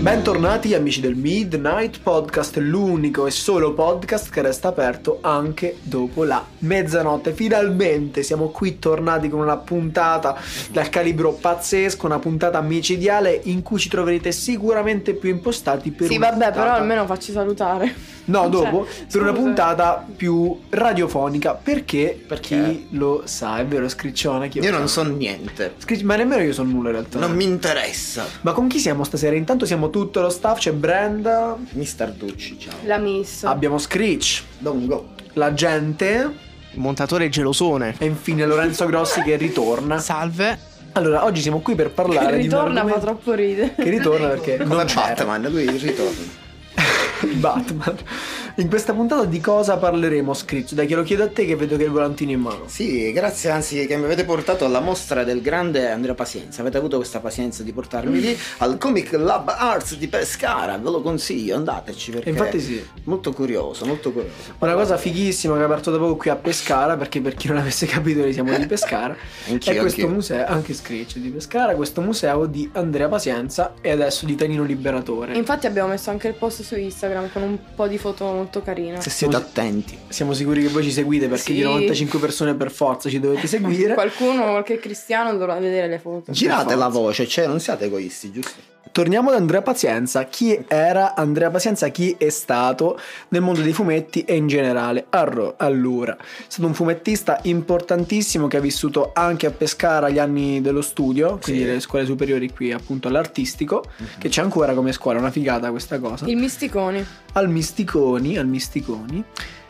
Bentornati amici del Midnight Podcast, l'unico e solo podcast che resta aperto anche dopo la mezzanotte. Finalmente siamo qui tornati con una puntata dal calibro pazzesco, una puntata micidiale in cui ci troverete sicuramente più impostati per Sì, una vabbè, però puntata- almeno facci salutare. No, Cioè, dopo, per una scusa. puntata più radiofonica, perché, per Perché? chi lo sa, è vero Scriccione, chi lo Io sa? non so niente. Scric- ma nemmeno io so nulla in realtà. Non mi interessa. Ma con chi siamo stasera? Intanto siamo tutto lo staff, c'è Brenda, Mister Ducci, ciao. La miss. abbiamo Screech, Dongo. la gente montatore gelosone. e infine Lorenzo Grossi che ritorna. Salve. Allora, oggi siamo qui per che parlare di un ritorna fa argomento- troppo ridere. che ritorna perché Come non c'era. Batman, lui ritorna. Batman. In questa puntata di cosa parleremo, Screech? Dai che lo chiedo a te che vedo che hai il volantino in mano. Sì, grazie anzi che mi avete portato alla mostra del grande Andrea Pazienza. Avete avuto questa pazienza di portarmi lì al Comic Lab Arts di Pescara. Ve lo consiglio, andateci perché E infatti sì. molto curioso, molto curioso. Una cosa fighissima che è aperto da poco qui a Pescara, perché per chi non avesse capito noi siamo di Pescara, Anch'io, è questo anch'io. museo, anche Screech è di Pescara, questo museo di Andrea Pazienza e adesso di Tanino Liberatore. Infatti abbiamo messo anche il post su Instagram con un po' di foto molto carine. Se siete attenti. Siamo sicuri che voi ci seguite perché Sì. di 95 persone per forza ci dovete seguire. Qualcuno, qualche cristiano dovrà vedere le foto. Girate la voce, cioè non siate egoisti, giusto? Torniamo ad Andrea Pazienza. Chi era Andrea Pazienza? Chi è stato nel mondo dei fumetti e in generale? Arro, allora, è stato un fumettista importantissimo che ha vissuto anche a Pescara gli anni dello studio, quindi Sì. le scuole superiori qui appunto all'artistico, che c'è ancora come scuola, una figata questa cosa. Il misticoni. Al Misticoni, al Misticoni.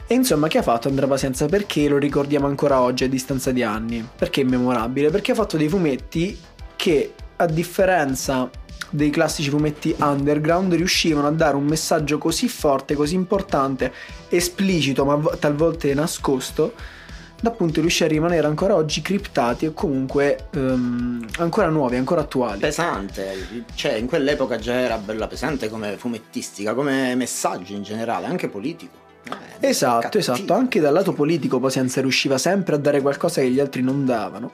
E insomma, che ha fatto Andrea Pazienza? Perché lo ricordiamo ancora oggi a distanza di anni? Perché è memorabile? Perché ha fatto dei fumetti che, a differenza dei classici fumetti underground, riuscivano a dare un messaggio così forte, così importante, esplicito, ma vo- talvolta nascosto, da appunto riuscire a rimanere ancora oggi criptati o comunque ehm, ancora nuovi, ancora attuali. pesante, cioè in quell'epoca già era bella pesante come fumettistica, come messaggio in generale, anche politico. Eh, Esatto, cattivo. esatto, anche dal lato politico Pazienza riusciva sempre a dare qualcosa che gli altri non davano.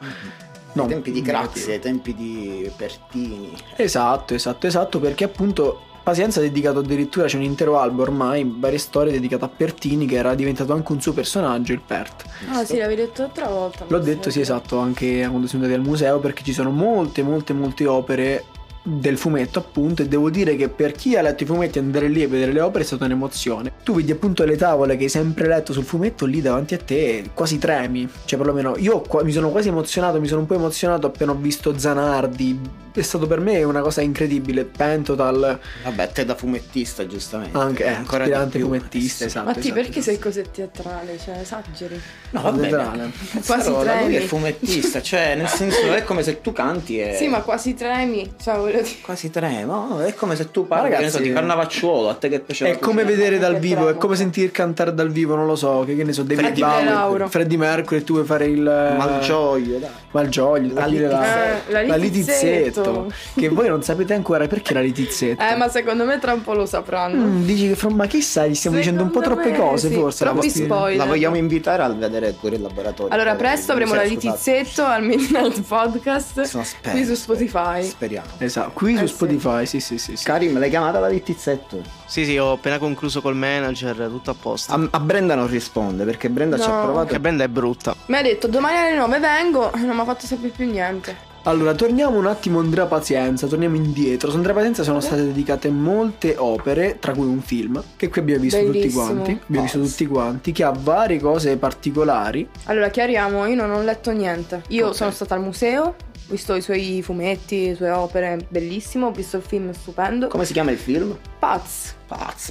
No, ai tempi di negativo. Crazia, ai tempi di Pertini. Esatto, esatto, esatto, perché appunto Pazienza ha dedicato addirittura, c'è un intero albo ormai, varie storie dedicate a Pertini che era diventato anche un suo personaggio, il Pert. Ah sì, l'avevi detto l'altra volta. L'ho non detto, so. sì, esatto, anche quando siamo andati al museo perché ci sono molte, molte, molte opere del fumetto appunto e devo dire che per chi ha letto i fumetti andare lì e vedere le opere è stata un'emozione tu vedi appunto le tavole che hai sempre letto sul fumetto lì davanti a te e quasi tremi cioè perlomeno io qua- mi sono quasi emozionato mi sono un po' emozionato appena ho visto Zanardi è stato per me una cosa incredibile Pentotal Vabbè, te da fumettista, giustamente. anche eh, Ancora di aspirante più. fumettista Eh sì. esatto Ma ti esatto, perché sei esatto. così teatrale? Cioè, esageri. No, vabbè. Teatrale. Quasi Quasi lui tremi. è fumettista, cioè nel senso è come se tu canti Eh. e... Sì, ma quasi tremi. Cioè, voglio dire. Quasi trema, no? è come se tu parli Ma che ne so, ragazzi- di Carnavacciuolo, a te che piaceva. È come vedere dal Che vivo, è bravo. come sentir cantare dal vivo, non lo so, che, che ne so, David Freddie Bowie, Mercury. Freddie Mercury, tu vuoi fare il Malgioglio, dai. Malgioglio, La Achille Lauro, Eh, la la Litizzetto. Litizzetto, che voi non sapete ancora perché la litizzetto. Eh, ma secondo me tra un po' lo sapranno. Mm, dici che fra, ma chissà, gli stiamo dicendo un po' Secondo troppe me, cose sì, forse. la Troppi vostra- spoiler. La vogliamo invitare a vedere pure il laboratorio. Allora, Poi, presto avremo la scusate. litizzetto al Midnight Podcast. Sono spero, qui su spero. Spotify. Speriamo. Esatto, qui Eh, su sì. Spotify, sì, sì, sì. sì. Karim, l'hai chiamata la littizzetto? Sì, sì, ho appena concluso col manager, tutto a posto. A, a Brenda non risponde perché Brenda ci No. ha provato. Che band è brutta. Mi ha detto domani alle 9 vengo, non mi ha fatto sapere più niente. Allora, torniamo un attimo a Andrea Pazienza, torniamo indietro. Su Andrea Pazienza sono state dedicate molte opere, tra cui un film, che qui abbiamo visto Bellissimo. tutti quanti. Abbiamo visto Pazzo. tutti quanti, che ha varie cose particolari. Allora, chiariamo, io non ho letto niente. Io sono stata al museo, ho visto i suoi fumetti, le sue opere, bellissimo, ho visto il film stupendo. Come si chiama il film? Pazz. Pazz.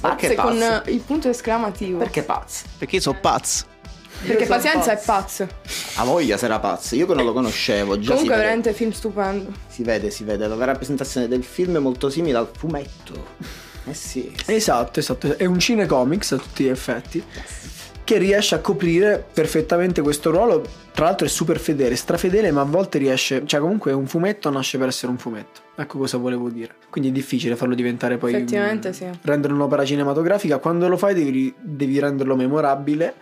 Pazz Perché pazz? con eh, il punto esclamativo. Perché pazz? Perché io sono pazzo. Perché pazienza è pazzo. A voglia sarà pazzo. Io che non lo conoscevo. Già Comunque, si vede, veramente film stupendo. Eh. si vede, si vede. La rappresentazione del film è molto simile al fumetto. Eh sì. Esatto, esatto. È un cinecomics a tutti gli effetti. Che riesce a coprire perfettamente questo ruolo. Tra l'altro è super fedele, strafedele, ma a volte riesce. Cioè, comunque un fumetto nasce per essere un fumetto. Ecco cosa volevo dire. Quindi è difficile farlo diventare poi. Effettivamente sì. Rendere un'opera cinematografica. Quando lo fai devi, devi renderlo memorabile.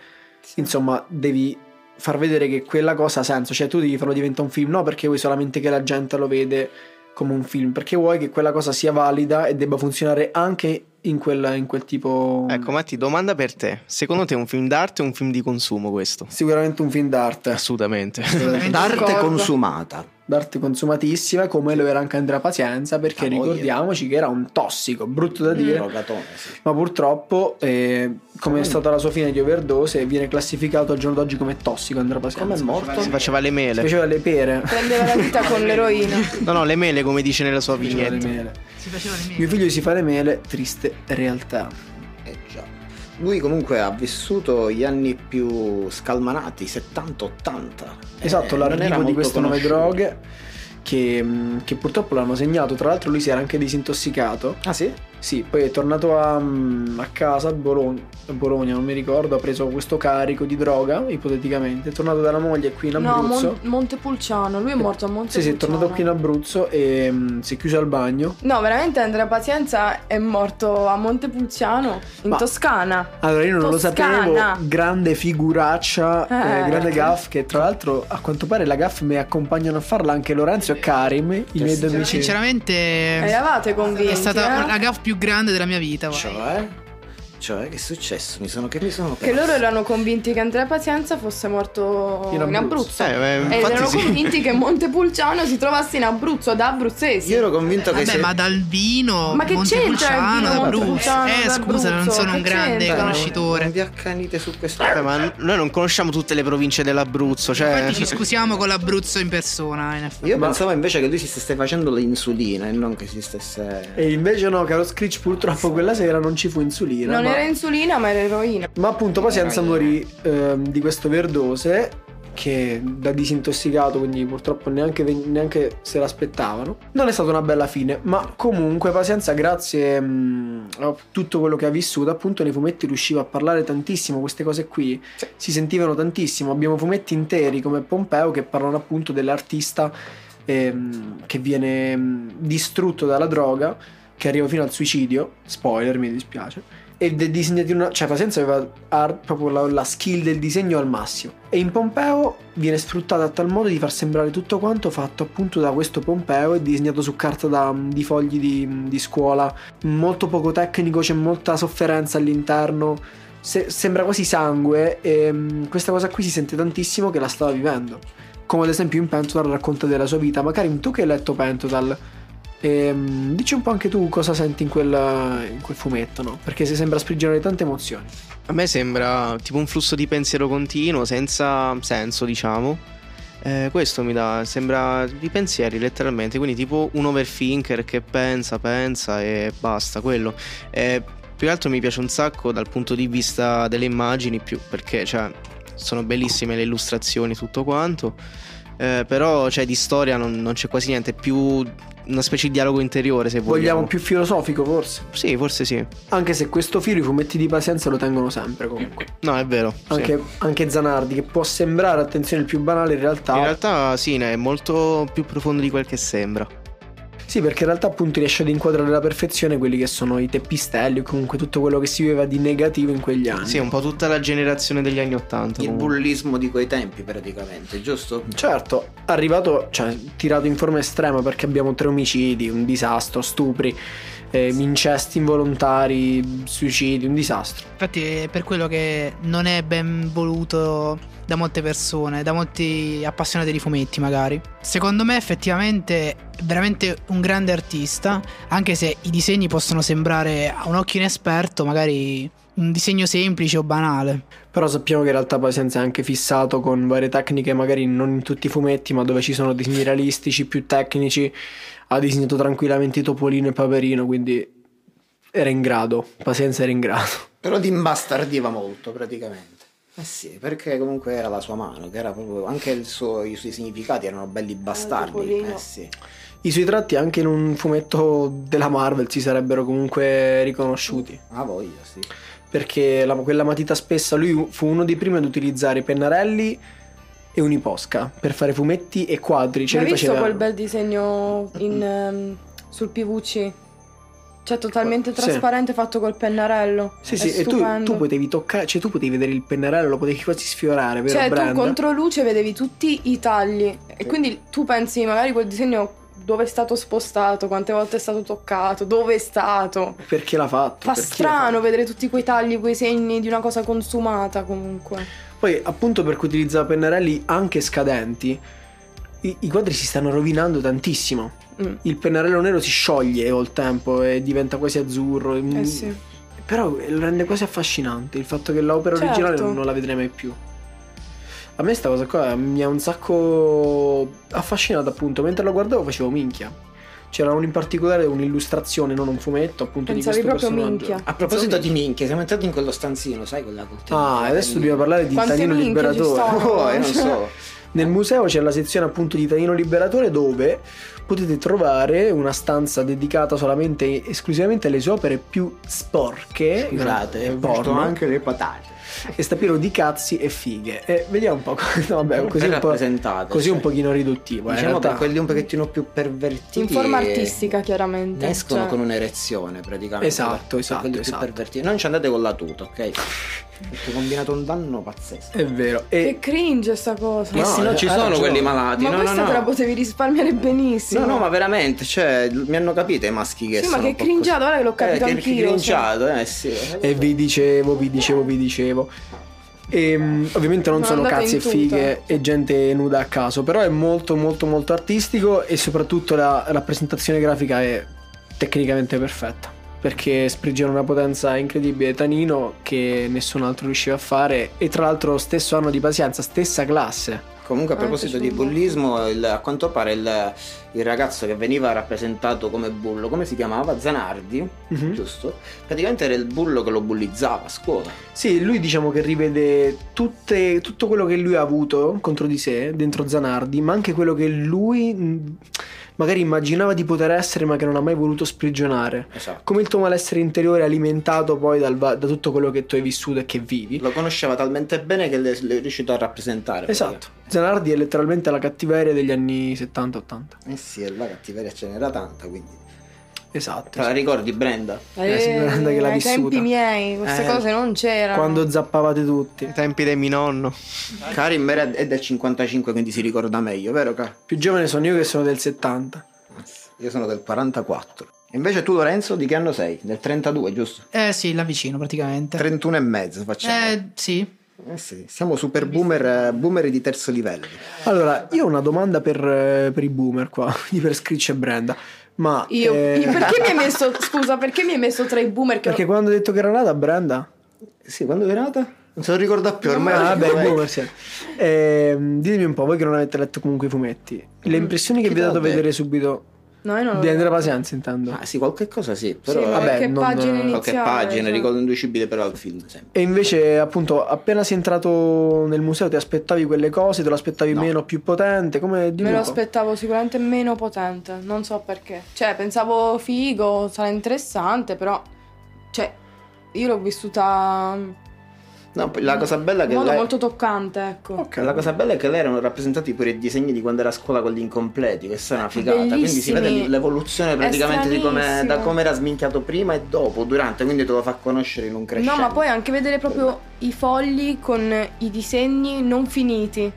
Insomma, devi far vedere che quella cosa ha senso. Cioè, tu devi farlo diventare un film, no perché vuoi solamente che la gente lo vede come un film, perché vuoi che quella cosa sia valida e debba funzionare anche in quel, in quel tipo... Ecco, Matti, domanda per te. Secondo te è un film d'arte o un film di consumo questo? Sicuramente un film d'arte, Assolutamente. D'arte D'accordo. consumata. d'arte consumatissima come lo era anche Andrea Pazienza, perché Ah, voglia. ricordiamoci che era un tossico, brutto Mm. da Mm. dire, Drogatone, sì. ma purtroppo, eh, come è Mm. stata la sua fine di overdose, viene classificato al giorno d'oggi come tossico Andrea Pazienza. Come è morto? Si faceva le Si mele. faceva le pere. Prendeva la vita con l'eroina. No, no, le mele come dice nella sua Si faceva le vignetta. mele. Si faceva le Mio mie. figlio si fa le mele, triste realtà. Eh già. Lui comunque ha vissuto gli anni più scalmanati, 70-80. Esatto, Eh, non era l'arrivo di molto queste nuove conosciuto. droghe che, mh, che purtroppo l'hanno segnato. Tra l'altro lui si era anche disintossicato. Ah sì? Sì, poi è tornato a, mh, a casa a Bologna, a Bologna, non mi ricordo, ha preso questo carico di droga, ipoteticamente. È tornato dalla moglie qui in No, Abruzzo. Mon- Montepulciano, lui è morto a Montepulciano. sì, sì, è tornato qui in Abruzzo e mh, si è chiuso al bagno. No, veramente Andrea Pazienza è morto a Montepulciano, in Ma- Toscana. Allora, io non lo Toscana. sapevo. Grande figuraccia, eh, Eh. grande gaff. Che tra l'altro, a quanto pare, la gaff mi accompagnano a farla anche Lorenzo e Karim, i miei due amici. Sinceramente, Eravate convinti? è stata eh? la gaff più grande della mia vita. guarda. Cioè? Cioè, che è successo? Mi sono che mi sono Che perso. loro erano convinti che Andrea Pazienza fosse morto In in Abruzzo. Abruzzo. Eh, beh, e erano infatti sì. convinti che Montepulciano si trovasse in Abruzzo da abruzzesi. Io ero convinto che Vabbè, se... ma dal vino, Ma che c'entra il vino Montepulciano, Abruzzo. Montepulciano Eh, scusa, non d'Abruzzo? sono un Che grande c'entra? Non conoscitore. vi accanite su questo. Vabbè, Eh, ma noi non conosciamo tutte le province dell'Abruzzo, cioè... Infatti ci scusiamo con l'Abruzzo in persona, in effetti. Io Ma- pensavo invece che lui si stesse facendo l'insulina e non che si stesse. E invece no, caro Screech, purtroppo quella sera non ci fu insulina. Non ma... era insulina, ma era eroina. Eh, ma appunto Pazienza Eroina. morì ehm, di questo verdose che da disintossicato, quindi purtroppo neanche, neanche se l'aspettavano. Non è stata una bella fine, ma comunque Pazienza, grazie mh, a tutto quello che ha vissuto, appunto nei fumetti riusciva a parlare tantissimo, queste cose qui si sentivano tantissimo. Abbiamo fumetti interi come Pompeo che parlano appunto dell'artista ehm, che viene mh, distrutto dalla droga, che arriva fino al suicidio, spoiler mi dispiace, e de- disegnati una... cioè Pazienza aveva ar- proprio la, la skill del disegno al massimo. E in Pompeo viene sfruttata a tal modo di far sembrare tutto quanto fatto appunto da questo Pompeo e disegnato su carta da- di fogli di, di scuola, molto poco tecnico, c'è molta sofferenza all'interno. se- sembra quasi sangue e mh, questa cosa qui si sente tantissimo che la stava vivendo come ad esempio in Pentotal racconta della sua vita. Magari tu che hai letto Pentotal, ehm, dici un po' anche tu cosa senti in quel, in quel fumetto, no? Perché si sembra sprigionare tante emozioni. A me sembra tipo un flusso di pensiero continuo, senza senso, diciamo. Eh, questo mi dà, sembra di pensieri letteralmente, quindi tipo un overthinker che pensa, pensa e basta, quello. Eh, più che altro mi piace un sacco dal punto di vista delle immagini, più perché cioè, sono bellissime le illustrazioni, tutto quanto. Eh, però cioè, di storia non, non c'è quasi niente, è più una specie di dialogo interiore se vogliamo. Vogliamo più filosofico, forse? Sì, forse sì. Anche se questo filo i fumetti di pazienza lo tengono sempre comunque. No, è vero. sì. Anche, anche Zanardi, che può sembrare, attenzione, il più banale, in realtà. In realtà sì, ne è molto più profondo di quel che sembra. Sì, perché in realtà appunto riesce ad inquadrare alla perfezione quelli che sono i teppistelli o comunque tutto quello che si viveva di negativo in quegli anni. Sì, un po' tutta la generazione degli anni Ottanta. Il comunque. bullismo di quei tempi, praticamente, giusto? Certo, arrivato, cioè tirato in forma estrema perché abbiamo tre omicidi, un disastro, stupri, eh, incesti involontari, suicidi, un disastro. Infatti è per quello che non è ben voluto da molte persone, da molti appassionati di fumetti magari. Secondo me effettivamente è veramente un grande artista, anche se i disegni possono sembrare a un occhio inesperto magari un disegno semplice o banale. Però sappiamo che in realtà Pazienza è anche fissato con varie tecniche, magari non in tutti i fumetti, ma dove ci sono disegni realistici, più tecnici, ha disegnato tranquillamente Topolino e Paperino, quindi era in grado, Pazienza era in grado. Però ti imbastardiva molto, praticamente. Eh sì, perché comunque era la sua mano, che era proprio. Anche il suo- i suoi significati erano Eh, belli bastardi. Topolino. Eh sì. I suoi tratti anche in un fumetto della Marvel si sarebbero comunque riconosciuti. Ah, voglia, sì. perché la- quella matita spessa lui fu uno dei primi ad utilizzare pennarelli e uniposca per fare fumetti e quadri. Ce Hai li visto faceva... quel bel disegno in, ehm, sul PVC? Cioè, totalmente Sì. trasparente, fatto col pennarello. Sì, È sì, e tu, stupendo. tu potevi toccare, cioè tu potevi vedere il pennarello, lo potevi quasi sfiorare, vero Cioè, tu Brenda? contro luce vedevi tutti i tagli. E Sì. quindi tu pensi, magari quel disegno dove è stato spostato, quante volte è stato toccato, dove è stato. Perché l'ha fatto? Fa perché l'ha strano vedere tutti quei tagli, quei segni di una cosa consumata comunque. fatto. Poi, appunto, perché utilizzava pennarelli anche scadenti, i, i quadri si stanno rovinando tantissimo. Mm. Il pennarello nero si scioglie col tempo e diventa quasi azzurro. Mm, Eh sì. Però eh, lo rende quasi affascinante il fatto che l'opera Certo. originale non, non la vedrei mai più. A me sta cosa qua mi ha un sacco affascinata appunto, mentre lo guardavo facevo minchia. C'era un in particolare un'illustrazione, non un fumetto, appunto Pensavi di questo proprio personaggio. minchia. A proposito di minchia, siamo entrati in quello stanzino, sai, quella col Ah, telefono, adesso quindi- dobbiamo parlare di Quante Tanino minchie ci Liberatore. eh, sono? Oh, io non so. Nel museo c'è la sezione appunto di Tanino Liberatore dove potete trovare una stanza dedicata solamente e esclusivamente alle sue opere più sporche. Scusate, ho porno. porto anche le patate. e sta pieno di cazzi e fighe. E vediamo un po'. No, vabbè, così È un po'. rappresentato, Così cioè. un pochino riduttivo, eh, in Diciamo realtà. per quelli un pochettino più pervertiti. In forma e- artistica, chiaramente. Ne escono cioè. con un'erezione praticamente. Esatto, Per esatto, quelli più esatto. pervertiti. Non ci andate con la tuta, ok? Perché combinato un danno pazzesco. È vero. Che E cringe sta cosa. Eh sì, no, eh, ci hai sono ragione. quelli malati. ma no, questa boh- no, no. te la potevi risparmiare benissimo. No, no, ma veramente, cioè, l- mi hanno capito i maschi che Sì, ma sono che un po' cringiato, così. ora che l'ho capito eh, che- anch'io, cioè. Che cringiato, eh, sì. e vi dicevo, vi dicevo, vi dicevo. Ehm, ovviamente non Non sono andate cazzi e in tuta. fighe e gente nuda a caso, però è molto molto molto artistico e soprattutto la rappresentazione grafica è tecnicamente perfetta perché sprigiona una potenza incredibile Tanino che nessun altro riusciva a fare e tra l'altro stesso anno di pazienza, stessa classe. Comunque a Ah, proposito di piaciuto. bullismo, il- a quanto pare il, il ragazzo che veniva rappresentato come bullo, come si chiamava? Zanardi, Mhm. giusto? Praticamente era il bullo che lo bullizzava a scuola. Sì, lui diciamo che rivede tutte- tutto quello che lui ha avuto contro di sé dentro Zanardi, ma anche quello che lui mh, magari immaginava di poter essere ma che non ha mai voluto sprigionare. Esatto. Come il tuo malessere interiore alimentato poi dal va- da tutto quello che tu hai vissuto e che vivi. Lo conosceva talmente bene che le, le è riuscito a rappresentare. Esatto, Zanardi è letteralmente la cattiveria degli anni 70-80. praticamente. Eh sì, e la cattiveria ce n'era tanta, quindi. Esatto. Te la ricordi, Brenda? Eh, sì, guarda che l'ha ai vissuta. tempi miei queste Eh, cose non c'erano. Quando zappavate tutti. Ai tempi dei mio nonno. Karim era- è del 55, quindi si ricorda meglio, vero, Karim? Più giovane sono io che sono del 70. Io sono del 44. Invece tu, Lorenzo, di che anno sei? Del 32, giusto? Eh sì, l'avvicino praticamente. 31 e mezzo facciamo. Eh sì. Eh sì, siamo super boomer, eh, boomer di terzo livello. Allora, io ho una domanda per, eh, per i boomer qua, quindi per Screech e Brenda. Ma Io, eh, io- perché mi hai messo, scusa, perché mi hai messo tra i boomer? Che Perché quando ho detto che era nata Brenda? Eh Sì, quando era nata? Non se lo ricorda più, ormai Ah, lo ricordo. vabbè, eh. boomer siete. Ehm, ditemi un po', voi che non avete letto comunque i fumetti, Mm. le impressioni che Chi vi ha te l'ha dato detto? vedere subito No, io non lo- di Andrea Pazienza intendo. Ah, sì, qualche cosa sì, Sì, però ma vabbè, che non- pagina qualche iniziale? qualche pagina, cioè. ricordo inducibile però al film sempre. E invece, appunto, appena sei entrato nel museo ti aspettavi quelle cose, te lo aspettavi No. meno, più potente, come dimmi Me lo un po'. aspettavo sicuramente meno potente, non so perché. Cioè, pensavo figo, sarà interessante, però... Cioè, io l'ho vissuta in No, la cosa bella è che modo lei- Oh, molto toccante, ecco. La cosa bella è che lei erano rappresentati pure i disegni di quando era a scuola con gli incompleti, che sono una figata. Quindi si vede Bellissimi. l'evoluzione È praticamente di come, stranissimo. da come era sminchiato prima e dopo, durante, quindi te lo fa conoscere in un No, crescendo. ma poi anche vedere proprio i fogli con i disegni non finiti.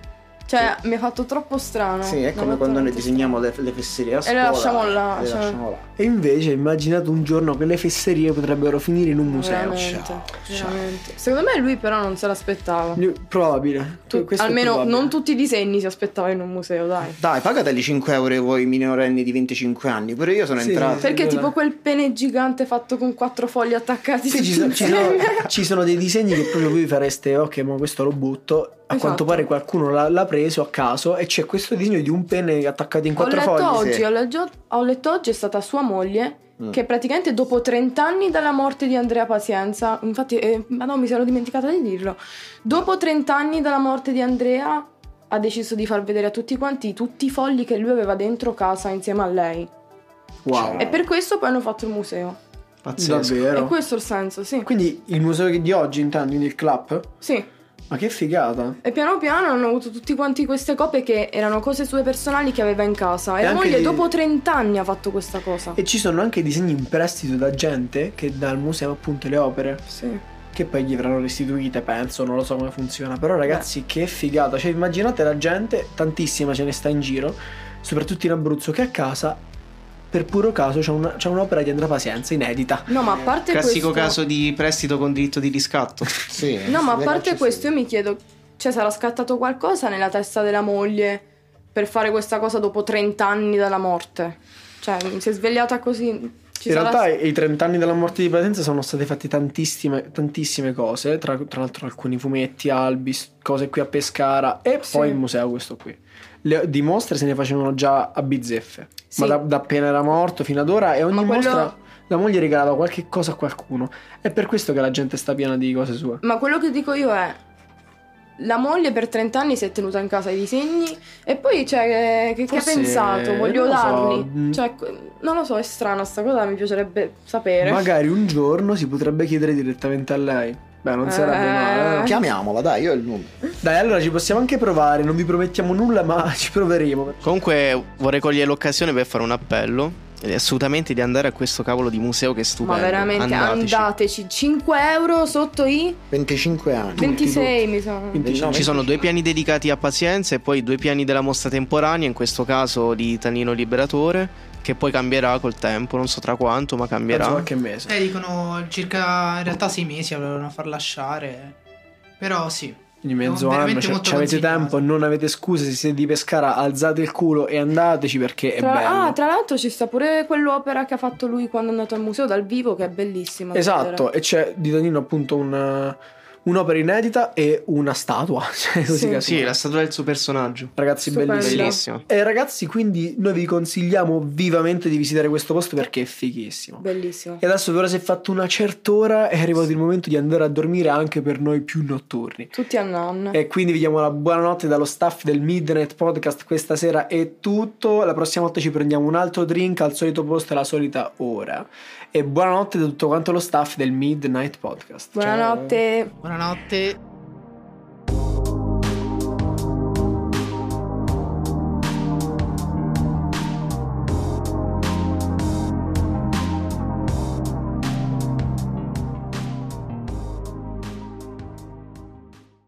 Cioè, mi ha fatto troppo strano. Sì, è Mi ha come fatto quando noi veramente disegniamo le, le fesserie a E le scuola. lasciamo là, le cioè. lasciamo là. E invece immaginate un giorno che le fesserie potrebbero finire in un museo. Veramente, Ciao, ciao. veramente. Secondo me lui però non se l'aspettava. Probabile. Tu- Questo è almeno probabile. non tutti i disegni si aspettava in un museo, dai. Dai, pagateli 5 euro ai voi minorenni di 25 anni, pure io sono Sì. entrato. Perché Allora. tipo quel pene gigante fatto con quattro fogli attaccati Sì, ci, sono, tutti ci sono- insieme. ci sono dei disegni che proprio voi fareste, ok, ma questo lo butto. A Esatto. quanto pare qualcuno l'ha, l'ha preso a caso e c'è questo disegno di un pene attaccato in Ho quattro letto, fogli. oggi, sì. ho, leggo- ho letto oggi è stata sua moglie Mm. che praticamente dopo 30 anni dalla morte di Andrea Pazienza, infatti, eh, ma no, mi sono dimenticata di dirlo, dopo 30 anni dalla morte di Andrea ha deciso di far vedere a tutti quanti tutti i fogli che lui aveva dentro casa insieme a lei. Wow, E per questo poi hanno fatto il museo. Pazzesco. E davvero. questo è il senso, sì. Quindi il museo di oggi intanto, quindi il club? Sì. Ma che figata. E piano piano hanno avuto tutti quanti queste copie che erano cose sue personali che aveva in casa. E E la anche moglie di- dopo 30 anni ha fatto questa cosa. E ci sono anche disegni in prestito da gente che dà al museo appunto le opere, Sì. che poi gli verranno restituite, penso, non lo so come funziona. Però ragazzi, che figata. Cioè immaginate la gente, tantissima ce ne sta in giro, soprattutto in Abruzzo, che a casa, per puro caso, c'è, una- c'è un'opera di Andrea Pazienza inedita. No, ma a parte Classico questo... caso di prestito con diritto di riscatto. Sì, No, ma a le parte calcio questo, sì. io mi chiedo, cioè, sarà scattato qualcosa nella testa della moglie per fare questa cosa dopo 30 anni dalla morte? Cioè, si è svegliata così. Ci in sarà- realtà i 30 anni dalla morte di Pazienza sono state fatte tantissime, tantissime cose, tra, tra l'altro alcuni fumetti, albi, s- cose qui a Pescara e Sì. poi il museo questo qui. Le, di mostre se ne facevano già a bizzeffe, Sì. ma da, da appena era morto fino ad ora e ogni Ma quello- mostra la moglie regalava qualche cosa a qualcuno. È per questo che la gente sta piena di cose sue. Ma quello che dico io è. La moglie per 30 anni si è tenuta in casa i disegni e poi, cioè, che, che ha Forse- pensato? Voglio non lo so, darli. mm. Cioè, que- non lo so, è strana sta cosa, mi piacerebbe sapere. Magari un giorno si potrebbe chiedere direttamente a lei. Beh, non sarebbe Eh. male. no? Chiamiamola, dai, io ho il numero. Dai, allora ci possiamo anche provare, non vi promettiamo nulla, ma ci proveremo. Comunque vorrei cogliere l'occasione per fare un appello. ed è Assolutamente di andare a questo cavolo di museo che è stupendo. Ma veramente, Andateci. andateci. 5 euro sotto i 25 anni. 26, mi sa. Quindi Del Ci sono 95. due piani dedicati a Pazienza e poi due piani della mostra temporanea, in questo caso di Tanino Liberatore, che poi cambierà col tempo, non so tra quanto, ma Penso cambierà. qualche mese. Eh, dicono circa in realtà sei mesi volevano far lasciare. Però sì. Quindi mezzo No, anno, veramente cioè, molto ci avete consigliato. tempo, non avete scuse, se siete di Pescara alzate il culo e andateci perché è Tra- bello. ah, tra l'altro ci sta pure quell'opera che ha fatto lui quando è andato al museo dal vivo, che è bellissima. da esatto, vedere. e c'è di Danino appunto un- eh, un'opera inedita e una statua, cioè così Sì. che si Sì, la chiama. statua del suo personaggio. Ragazzi, Stupendo. bellissimo. Bellissimo. E ragazzi, quindi noi vi consigliamo vivamente di visitare questo posto perché è fighissimo. Bellissima. E adesso per ora si è fatto una certa ora, è arrivato il momento di andare a dormire anche per noi più notturni. Tutti a nonna. E quindi vi diamo la buonanotte dallo staff del Midnight Podcast questa sera è tutto. La prossima volta ci prendiamo un altro drink al solito posto e alla solita ora. E buonanotte da tutto quanto lo staff del Midnight Podcast. Ciao. Buonanotte. Buonanotte.